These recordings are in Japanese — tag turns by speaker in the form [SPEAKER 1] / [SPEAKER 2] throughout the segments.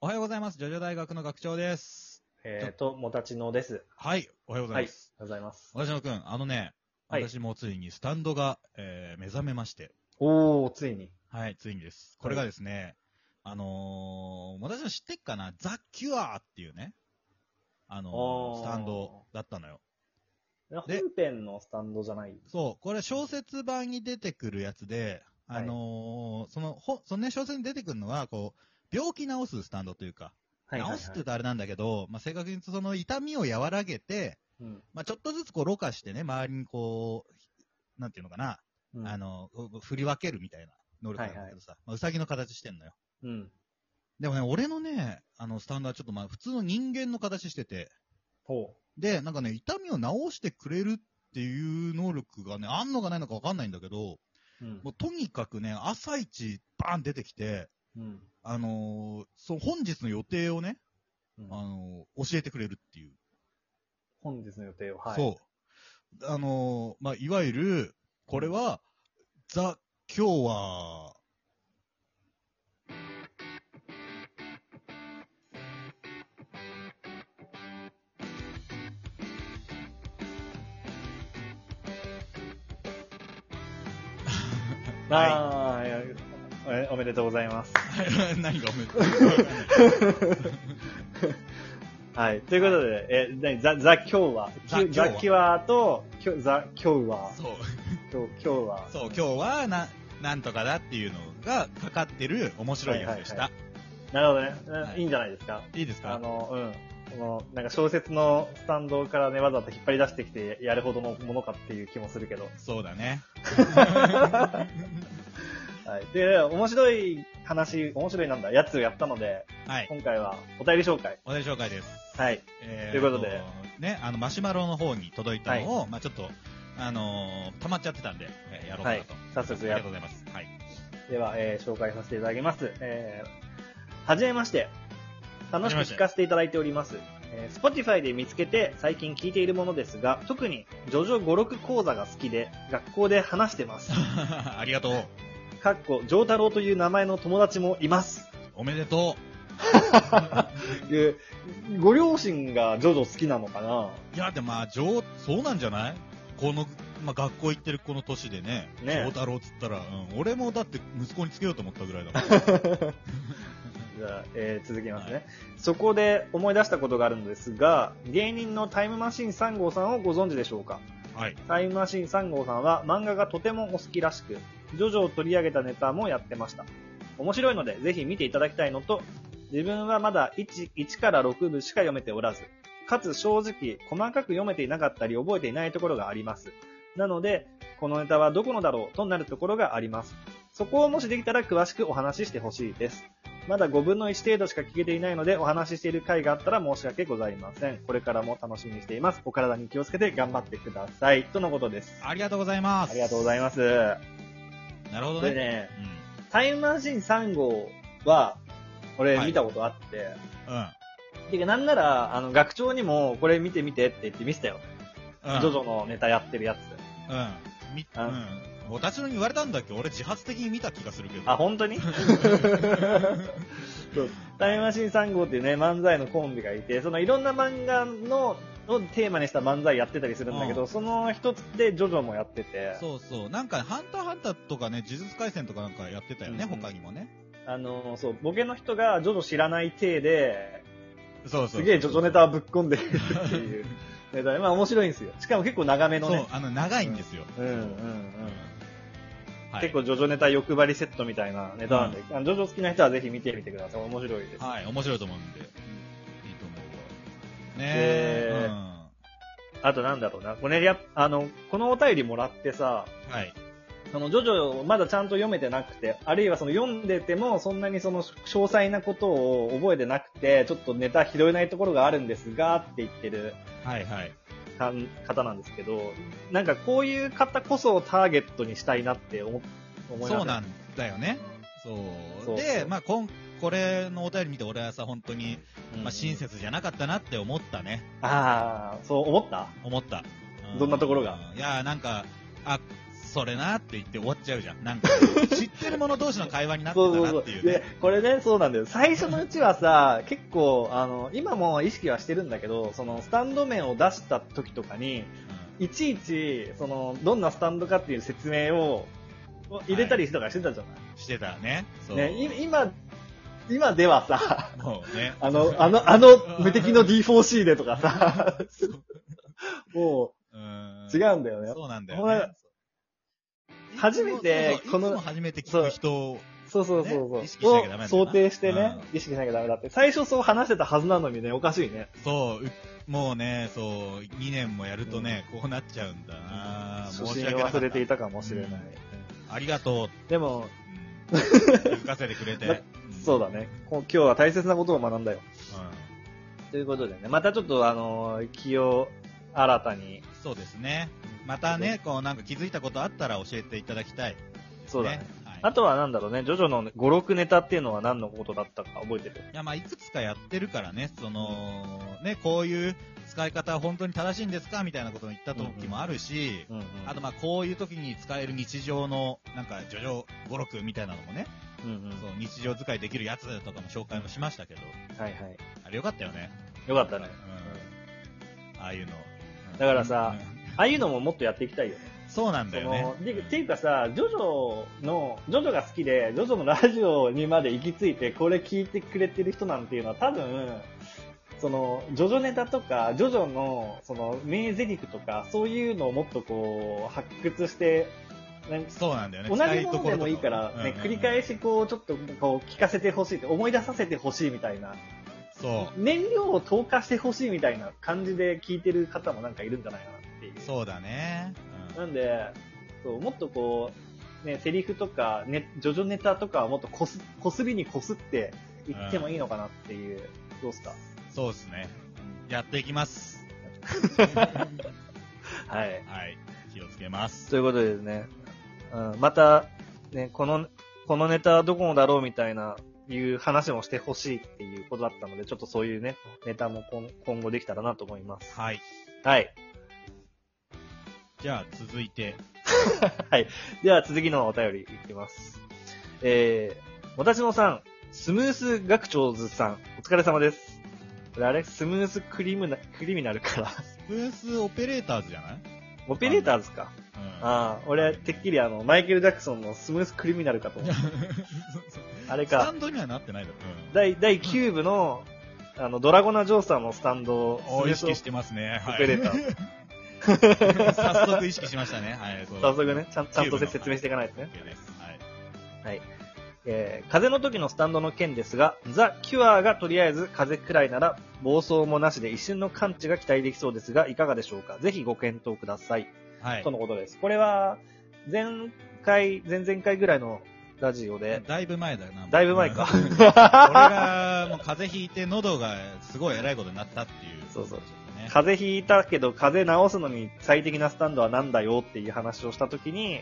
[SPEAKER 1] おはようございます。ジョジョ大学の学長です。
[SPEAKER 2] えっ、と、もたちのです。
[SPEAKER 1] はい、おはようございます。
[SPEAKER 2] ございます。
[SPEAKER 1] 私のくん、あのね、
[SPEAKER 2] はい
[SPEAKER 1] 私もついにスタンドが、えー目覚めまして。
[SPEAKER 2] おー、ついに。
[SPEAKER 1] はい、ついにです。これがですね、あのー、私の知ってっかな、ザ・キュアーっていうね、あのース
[SPEAKER 2] あー
[SPEAKER 1] タンドだったのよ。
[SPEAKER 2] 本
[SPEAKER 1] で
[SPEAKER 2] 編のスタンドじゃない。
[SPEAKER 1] そう、これ小説版に出てくるやつで、あのーその、ほ、そのね、小説に出てくるのは、こう、病気治すスタンドというか、
[SPEAKER 2] はいはいはい
[SPEAKER 1] 治すって言うとあれなんだけど、まあ、正確に言うとその痛みを和らげて、
[SPEAKER 2] うん。
[SPEAKER 1] まあ、ちょっとずつこう、ろ過してね、周りにこう、なんていうのかな、
[SPEAKER 2] うん
[SPEAKER 1] あ、の、こう振り分けるみたいな能力なんだけどさ、まあ、うさぎの形してんのよ。
[SPEAKER 2] うん。
[SPEAKER 1] でもね、俺のね、あの、スタンドはちょっとまあ、普通の人間の形してて、
[SPEAKER 2] ほ
[SPEAKER 1] で、なんかね、痛みを治してくれるっていう能力がね、あんのかないのかわかんないんだけど、
[SPEAKER 2] う。うん
[SPEAKER 1] もうとにかくね、朝一、バーン出てきて、
[SPEAKER 2] うん。
[SPEAKER 1] あのーそう、本日の予定をね、
[SPEAKER 2] うん
[SPEAKER 1] あのー教えてくれるっていう。
[SPEAKER 2] 本日の予定を、はい。
[SPEAKER 1] そう。あのーまあ、いわゆる、これは、ザ・今日は、
[SPEAKER 2] あーいやおおめでとうござい ます。
[SPEAKER 1] 何がおめでとう
[SPEAKER 2] はい。ということで、え、なに、ザ、ザ、今日は、
[SPEAKER 1] ザ今日は
[SPEAKER 2] ザ、キワと、きょザ、今日は、
[SPEAKER 1] そう。
[SPEAKER 2] 今日、今日は、
[SPEAKER 1] そう、今日は、な、なんとかだっていうのがかかってる面白いやつでした。
[SPEAKER 2] はいなるほどねな
[SPEAKER 1] はい
[SPEAKER 2] いいんじゃないですか。
[SPEAKER 1] い、いです
[SPEAKER 2] あ
[SPEAKER 1] か
[SPEAKER 2] の、うん。この、なんか小説のスタンドからね、わざわざ引っ張り出してきてやるほどのものかっていう気もするけど。
[SPEAKER 1] そうだ ね。
[SPEAKER 2] はい。で、面白い話、面白いなんだ、やつをやったので、
[SPEAKER 1] はい。
[SPEAKER 2] 今回はお便り紹介。
[SPEAKER 1] お題紹介です。
[SPEAKER 2] はい。
[SPEAKER 1] え
[SPEAKER 2] ということで。
[SPEAKER 1] ね、あの、マシュマロの方に届いたのを、まあちょっと、あのー溜まっちゃってたんで、えーやろうかなと。
[SPEAKER 2] 早速
[SPEAKER 1] ありが
[SPEAKER 2] や
[SPEAKER 1] とうございます。はい。
[SPEAKER 2] では、えー紹介させていただきます。えーはじめまして。楽しく聞かせていただいております。えー Spotify で見つけて最近聞いているものですが、特にジョジョ5、6講座が好きで、学校で話して ます。
[SPEAKER 1] ありがとう。
[SPEAKER 2] かっこ、ジョータロウという名前の友達もいます。
[SPEAKER 1] おめでと
[SPEAKER 2] えご両親がジョジョ好きなのかな
[SPEAKER 1] う。いや、でもまあ、上、そうなんじゃないこの、まあ、学校行ってるこの年でね、
[SPEAKER 2] ね
[SPEAKER 1] 翔太郎っつったら、うん、俺もだって息子につけようと思ったぐらいだ もん。
[SPEAKER 2] じゃあ、えー続きますね、そこで思い出したことがあるのですが、芸人のタイムマシーン3号さんをご存知でしょうか
[SPEAKER 1] はい。
[SPEAKER 2] タイムマシーン3号さんは漫画がとてもお好きらしく、ジョジョを取り上げたネタもやってました。面白いので、ぜひ見ていただきたいのと、自分はまだ 1, 1から6部しか読めておらず、かつ正直、細かく読めていなかったり覚えていないところがあります。なので、このネタはどこのだろうとなるところがあります。そこをもしできたら詳しくお話ししてほしいです。まだ5分の1程度しか聞けていないので、お話ししている回があったら申し訳ございません。これからも楽しみにしています。お体に気をつけて頑張ってください。とのことです。
[SPEAKER 1] ありがとうございます。
[SPEAKER 2] ありがとうございます。
[SPEAKER 1] す。なるほど
[SPEAKER 2] で
[SPEAKER 1] ね。
[SPEAKER 2] ね、タイムマシン3号は、俺
[SPEAKER 1] はい
[SPEAKER 2] 見たことあって、
[SPEAKER 1] うん。うん。
[SPEAKER 2] てかなんなら、あの、学長にもこれ見て見てって言って見せたよ。
[SPEAKER 1] うん。
[SPEAKER 2] ジョジョのネタやってるやつ。
[SPEAKER 1] うん。み、う
[SPEAKER 2] あ
[SPEAKER 1] ん。私のに言われたんだっけ俺自発的に見た気がするけど。
[SPEAKER 2] あ、本当に そうタイムマシン3号っていうね、漫才のコンビがいて、そのいろんな漫画の、をテーマにした漫才やってたりするんだけど、
[SPEAKER 1] うん
[SPEAKER 2] その一つでジョジョもやってて、
[SPEAKER 1] そうそう。なんか、ハンターハンターとかね、呪術廻戦とかなんかやってたよね、
[SPEAKER 2] うんうん
[SPEAKER 1] 他にもね。
[SPEAKER 2] あの、そう、ボケの人がジョジョ知らない体で、
[SPEAKER 1] そうそう。
[SPEAKER 2] すげえジョジョネタをぶっ込んでいるって いうネタで、まあ面白いんですよ。しかも結構長めの
[SPEAKER 1] そう
[SPEAKER 2] ね。、
[SPEAKER 1] あの、長いんですよ。
[SPEAKER 2] うんうんうん。
[SPEAKER 1] はい
[SPEAKER 2] 結構ジョジョネタ欲張りセットみたいなネタなんで、あのジョジョ好きな人はぜひ見てみてください。面白いです。
[SPEAKER 1] はい、面白いと思うんで、いいと思うわ。ね
[SPEAKER 2] で
[SPEAKER 1] え、うん。
[SPEAKER 2] あとなんだろうな。これやっ、あの、このお便りもらってさ、
[SPEAKER 1] はい。
[SPEAKER 2] その、ジョジョをまだちゃんと読めてなくて、あるいはその読んでても、そんなにその詳細なことを覚えてなくて、ちょっとネタ拾えないところがあるんですが、って言ってる
[SPEAKER 1] はい、はい。
[SPEAKER 2] かん方なんですけど、なんかこういう方こそターゲットにしたいなって思思いま
[SPEAKER 1] そう
[SPEAKER 2] した
[SPEAKER 1] なんだよね。そう。
[SPEAKER 2] そう
[SPEAKER 1] で、まあ、こん、これのお便り見て、俺はさ、本当に、
[SPEAKER 2] うん
[SPEAKER 1] まあ、親切じゃなかったなって思ったね。
[SPEAKER 2] ああ、そう思った
[SPEAKER 1] 思った。う
[SPEAKER 2] どんなところが
[SPEAKER 1] いやー、なんか、あ、それなって言って終わっちゃうじゃん。 なんか、知ってる者同士の会話になって
[SPEAKER 2] そう
[SPEAKER 1] た
[SPEAKER 2] そうそ
[SPEAKER 1] な
[SPEAKER 2] う
[SPEAKER 1] っていう
[SPEAKER 2] で
[SPEAKER 1] ね。
[SPEAKER 2] これね、そうなんだよ。最初のうちはさ、結構、あの、今も意識はしてるんだけど、その、スタンド面を出した時とかに、いちいち、その、どんなスタンドかっていう説明をを入れたりとかしてたじゃ
[SPEAKER 1] うんしてたね。そう。
[SPEAKER 2] ない、ね、い今、今では さ、
[SPEAKER 1] もうね。
[SPEAKER 2] あの、あの、あの、無敵の D4C でとか さ、も
[SPEAKER 1] うん
[SPEAKER 2] う違うんだよね。
[SPEAKER 1] そうなんだよ
[SPEAKER 2] ほ
[SPEAKER 1] ね
[SPEAKER 2] ら。初めて
[SPEAKER 1] こ
[SPEAKER 2] この
[SPEAKER 1] の初めて聞く人を
[SPEAKER 2] そうそうそうそう。
[SPEAKER 1] ね意識しなきゃダメなんだな
[SPEAKER 2] を想定してね、意識しなきゃダメだって。最初そう話してたはずなのにね、おかしいね。
[SPEAKER 1] そう、うもうね、そう、2年もやるとね、こうなっちゃうんだな申
[SPEAKER 2] 初
[SPEAKER 1] し
[SPEAKER 2] 心
[SPEAKER 1] 訳
[SPEAKER 2] を
[SPEAKER 1] なか
[SPEAKER 2] 忘
[SPEAKER 1] っ
[SPEAKER 2] れてい
[SPEAKER 1] た。
[SPEAKER 2] たかもしれない。
[SPEAKER 1] ありがと
[SPEAKER 2] でも、
[SPEAKER 1] う。うん、浮かせてくれて。
[SPEAKER 2] そうだね。こう今日は大切なことを学んだよ。
[SPEAKER 1] うん
[SPEAKER 2] ということでね、またちょっとあのー気を新たに。
[SPEAKER 1] そうですね。またね、こうなんか気づいたことあったら教えていただきたい。
[SPEAKER 2] そうだね。。
[SPEAKER 1] はい、
[SPEAKER 2] あとはなんだろうね、ジョジョの5、6ネタっていうのは何のことだったか覚えてる
[SPEAKER 1] いや、まあ、いくつかやってるからね、その、ね、こういう使い方は本当に正しいんですかみたいなことを言った時もあるし、
[SPEAKER 2] うんうん。
[SPEAKER 1] あと、まあ、こういう時に使える日常の、なんか、ジョジョ5、6みたいなのもね、
[SPEAKER 2] うんうん。
[SPEAKER 1] そう、日常使いできるやつとかも紹介もしましたけど、
[SPEAKER 2] はいはい。
[SPEAKER 1] あれよかったよね。
[SPEAKER 2] よかったね。
[SPEAKER 1] うん。ああいうの。うん
[SPEAKER 2] だからさ、
[SPEAKER 1] うん
[SPEAKER 2] ああいうのももっとやっていきたいよね。
[SPEAKER 1] そうなんだよね
[SPEAKER 2] その。でっていうかさ、ジョジョの、ジョジョが好きで、ジョジョのラジオにまで行き着いて、これ聞いてくれてる人なんていうのは多分、その、ジョジョネタとか、ジョジョの、その、名台詞とか、そういうのをもっとこう、発掘して、なんか
[SPEAKER 1] そうなんだよね。
[SPEAKER 2] 同
[SPEAKER 1] 使
[SPEAKER 2] じ
[SPEAKER 1] い
[SPEAKER 2] も
[SPEAKER 1] ど
[SPEAKER 2] の
[SPEAKER 1] ころ
[SPEAKER 2] で
[SPEAKER 1] と
[SPEAKER 2] もい いから、ね、繰り返
[SPEAKER 1] し。
[SPEAKER 2] しこう、ちょっとこう、聞かせてほしいって、思い出させてほしいみたいな、
[SPEAKER 1] そ
[SPEAKER 2] 燃料を投下してほしいみたいな感じで聞いてる方もなんかいるんじゃないかなっていう
[SPEAKER 1] う。。そうだね。うん
[SPEAKER 2] なんで、そうもっとこう、ね、セリフとか、ね、ジョジョネタとかはもっとこす、こすりにこすっていってもいいのかなっていう、どうっすか
[SPEAKER 1] そうですね。やっていき ます。
[SPEAKER 2] はい。
[SPEAKER 1] はい。気をつけます。
[SPEAKER 2] ということでですね、うん、また、ね、この、このネタはどこのだろうみたいな、いう話もしてほしいっていうことだったので、ちょっとそういうね、ネタも今今後できたらなと思います。
[SPEAKER 1] はい。
[SPEAKER 2] はい。
[SPEAKER 1] じゃあ、続いて。
[SPEAKER 2] はい。では続きのお便りいきます。えー、もたちのさん、スムース学長ズさん、お疲れ様です。これあれスムースクリムナ、クリミナルから。
[SPEAKER 1] ブースオペレーターズじゃない
[SPEAKER 2] オペレーターズか。
[SPEAKER 1] うん。
[SPEAKER 2] ああ、俺、てっきりあの、マイケル・ジャクソンのスムースクリミナルかと思った。あれ
[SPEAKER 1] スタ
[SPEAKER 2] か、
[SPEAKER 1] ンドにはなってないだろ。うん
[SPEAKER 2] 第、第9部の、あの、ドラゴナ・ジョーさんのスタンドを、
[SPEAKER 1] お意識しててます ね。
[SPEAKER 2] オ
[SPEAKER 1] はい
[SPEAKER 2] ペレーター。
[SPEAKER 1] 早速意識しましたね。はい。そう
[SPEAKER 2] 早速ね、ちゃんち
[SPEAKER 1] キ
[SPEAKER 2] ゃんと
[SPEAKER 1] ューブの
[SPEAKER 2] 説明していかないとね。
[SPEAKER 1] OK ですはい。
[SPEAKER 2] はい。えー風の時のスタンドの件ですが、ザ・キュアがとりあえず風くらいなら暴走もなしで一瞬の感知が期待できそうですが、いかがでしょうかぜひご検討ください。
[SPEAKER 1] はい
[SPEAKER 2] と。のことです。これは、前回、前々回ぐらいのラジオで、
[SPEAKER 1] だいぶ前だよな。
[SPEAKER 2] だいぶ前か
[SPEAKER 1] うん俺が、もう風邪ひいて喉がすごい偉いことになったっていう。
[SPEAKER 2] そうそう
[SPEAKER 1] ね。
[SPEAKER 2] 風邪ひいたけど風邪治すのに最適なスタンドはなんだよっていう話をした時に、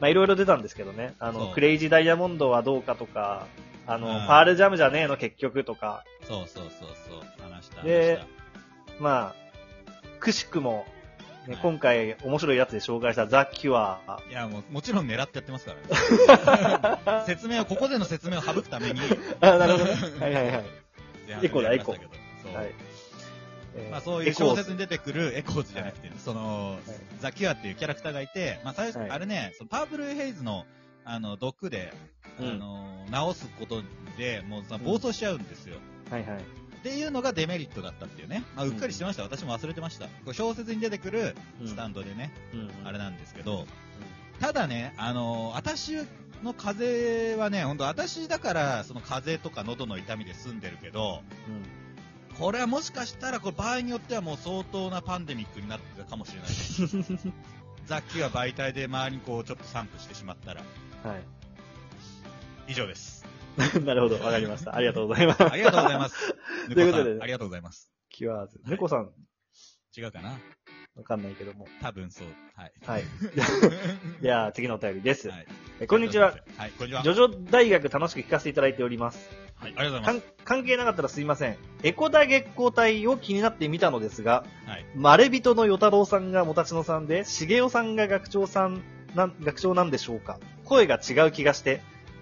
[SPEAKER 2] まあいろいろ出たんですけどね、あ
[SPEAKER 1] そ
[SPEAKER 2] の、
[SPEAKER 1] う
[SPEAKER 2] クレイジーダイヤモンドはどうかとか、あの、
[SPEAKER 1] うん
[SPEAKER 2] パールジャムじゃねえの結局とか、
[SPEAKER 1] うんそうそうそうそう。話した。
[SPEAKER 2] で
[SPEAKER 1] 話し
[SPEAKER 2] まあ、くしくも、ね
[SPEAKER 1] はい
[SPEAKER 2] 今回面白いやつで紹介したザ・キ ュア
[SPEAKER 1] たいや、もう、もちろん狙ってやってます からね。説明を、ここでの説明を省くために、
[SPEAKER 2] あ、なるほどね。はいはいはい。エコだ
[SPEAKER 1] 前半でやりましたけど
[SPEAKER 2] はい
[SPEAKER 1] そう。
[SPEAKER 2] え
[SPEAKER 1] まあ
[SPEAKER 2] ー
[SPEAKER 1] そういう
[SPEAKER 2] エコー
[SPEAKER 1] 小説に出てくるエコーズじゃなくて、その、ザキュアっていうキャラクターがいて、まあ最初、
[SPEAKER 2] はい
[SPEAKER 1] あれね、そのパープルヘイズの、あの、毒で、
[SPEAKER 2] うん
[SPEAKER 1] あの、治すことで、もうさ、
[SPEAKER 2] ん
[SPEAKER 1] 暴走しちゃうんですよ。
[SPEAKER 2] はいはい。
[SPEAKER 1] っていうのがデメリットだったっていうね。まあ、うっかりしてました。私も忘れてました。こう小説に出てくるスタンドでね、
[SPEAKER 2] うん
[SPEAKER 1] あれ
[SPEAKER 2] だ。
[SPEAKER 1] なんですけど、ただね、あのー私の風邪はね、ほんと私だから、その風邪とか喉の痛みで済んでるけど、
[SPEAKER 2] うん
[SPEAKER 1] これはもしかしたら、これ場合によってはもう相当なパンデミックになってたかもし れない。雑記は媒体で周りにこう、ちょっと散布してしまったら、
[SPEAKER 2] はい。
[SPEAKER 1] 以上です。
[SPEAKER 2] なるほど、わかりました。ありがとうございま す。
[SPEAKER 1] ありがとうございます。ぬ
[SPEAKER 2] と
[SPEAKER 1] こ
[SPEAKER 2] いうこ
[SPEAKER 1] さ
[SPEAKER 2] とで
[SPEAKER 1] ん、ありがとうございます。
[SPEAKER 2] キュアーズ。猫さん、
[SPEAKER 1] 違うかな
[SPEAKER 2] わかんないけども。
[SPEAKER 1] 多分そう。はい。
[SPEAKER 2] はい。では、次のお便りです。
[SPEAKER 1] はい
[SPEAKER 2] えこんにちは。。
[SPEAKER 1] はい、こんにちは。
[SPEAKER 2] ジョジョ大学楽しく聞かせていただいております。
[SPEAKER 1] はい、ありがとうござ
[SPEAKER 2] か
[SPEAKER 1] いま
[SPEAKER 2] ん関係なかったらすいません。エコダ月光隊を気になってみたのですが、
[SPEAKER 1] す。はい。
[SPEAKER 2] まれびとの与太郎さんがもたちのさんで、しげおさんが学長さんなん楽勝なんでしょうか声が違う気がして、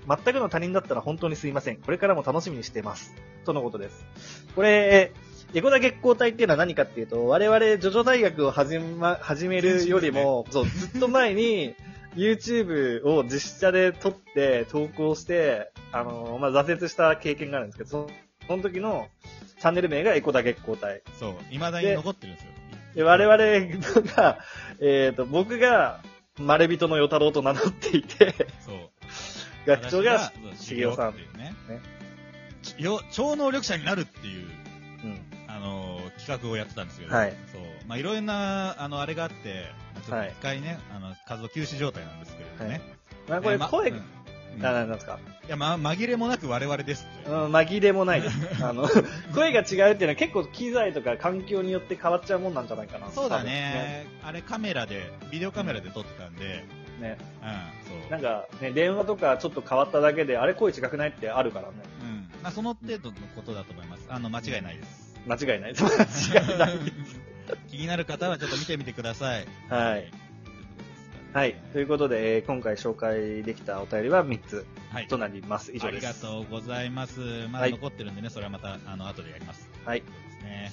[SPEAKER 2] 全くの他人だったら本当にすいません。これからも楽しみにしています。とのことです。これ、エコダ月光隊っていうのは何かっていうと、我々、ジョジョ大学を始,、ま、始めるよりも、そう、ずっと前に、YouTube を実写で撮って、投稿して、あのまあ、挫折した経験があるんですけど、そその時のチャンネル名がエコダ月光隊。
[SPEAKER 1] そう、未だに残ってるんですよ。
[SPEAKER 2] で、我々が、えっ、と、僕が、まれびとの与太郎と名乗っていて、
[SPEAKER 1] そう。
[SPEAKER 2] 学長が、
[SPEAKER 1] 私が
[SPEAKER 2] 茂雄さん
[SPEAKER 1] っていうね
[SPEAKER 2] ね。
[SPEAKER 1] ちよ超能力者になるっていう、
[SPEAKER 2] うん、
[SPEAKER 1] あのー企画をやってたんですけど、
[SPEAKER 2] はい
[SPEAKER 1] そう。まあ、いろいろな、あの、あれがあって、ちょっ
[SPEAKER 2] は
[SPEAKER 1] と
[SPEAKER 2] い
[SPEAKER 1] 一回ね、あの、活動休止状態なんですけれどもね。
[SPEAKER 2] まあ、これ
[SPEAKER 1] えーま
[SPEAKER 2] 声、
[SPEAKER 1] うんうん
[SPEAKER 2] あ、なんですか、
[SPEAKER 1] いや、ま、紛れもなく我々ですって
[SPEAKER 2] う、
[SPEAKER 1] いうん
[SPEAKER 2] 紛れもないで す。あの、声が違うっていうのは結構機材とか環境によって変わっちゃうもんなんじゃないかな。
[SPEAKER 1] そうだね。あれカメラで、ビデオカメラで撮ってたんで、
[SPEAKER 2] 多分ね。ね
[SPEAKER 1] うん、そう。
[SPEAKER 2] なんか、ね、電話とかちょっと変わっただけで、あれ声違くないってあるからね。
[SPEAKER 1] うん。まあ、その程度のことだと思います。あの、間違いないです。
[SPEAKER 2] 間違い ない。間違いない。
[SPEAKER 1] 気になる方はちょっと見てみてください。
[SPEAKER 2] はい。はい。ということで、えー今回紹介できたお便りは3つ
[SPEAKER 1] はい。
[SPEAKER 2] となります。以上
[SPEAKER 1] あ
[SPEAKER 2] で
[SPEAKER 1] り
[SPEAKER 2] す。
[SPEAKER 1] がとうございます。まだ
[SPEAKER 2] はい
[SPEAKER 1] 残ってるんでね、それはまた、あの、後でやります。
[SPEAKER 2] はい。
[SPEAKER 1] ですね。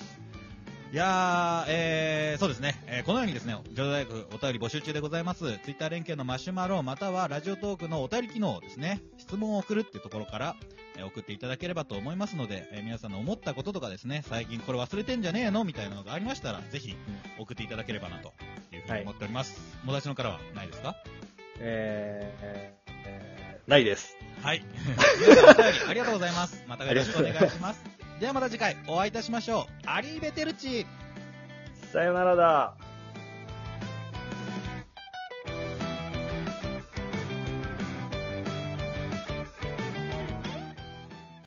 [SPEAKER 1] いやー、えー、そうですね、えーこのようにですね、上大学お便り募集中でございます。ツイッター連携のマシュマロ、またはラジオトークのお便り機能ですね、質問を送るっていうところから、えー送っていただければと思いますので、えー皆さんの思ったこととかですね、最近これ忘れてんじゃねえのみたいなのがありましたら、ぜひ送っていただければなというふうに思っております。もだちのからはないですか
[SPEAKER 2] えーえーえーないです。
[SPEAKER 1] はい。皆さんお便 りありがとうございます。またよろしくお願いします。ではまた次回お会いいたしましょう。アリーベテルチ
[SPEAKER 2] さよならだ。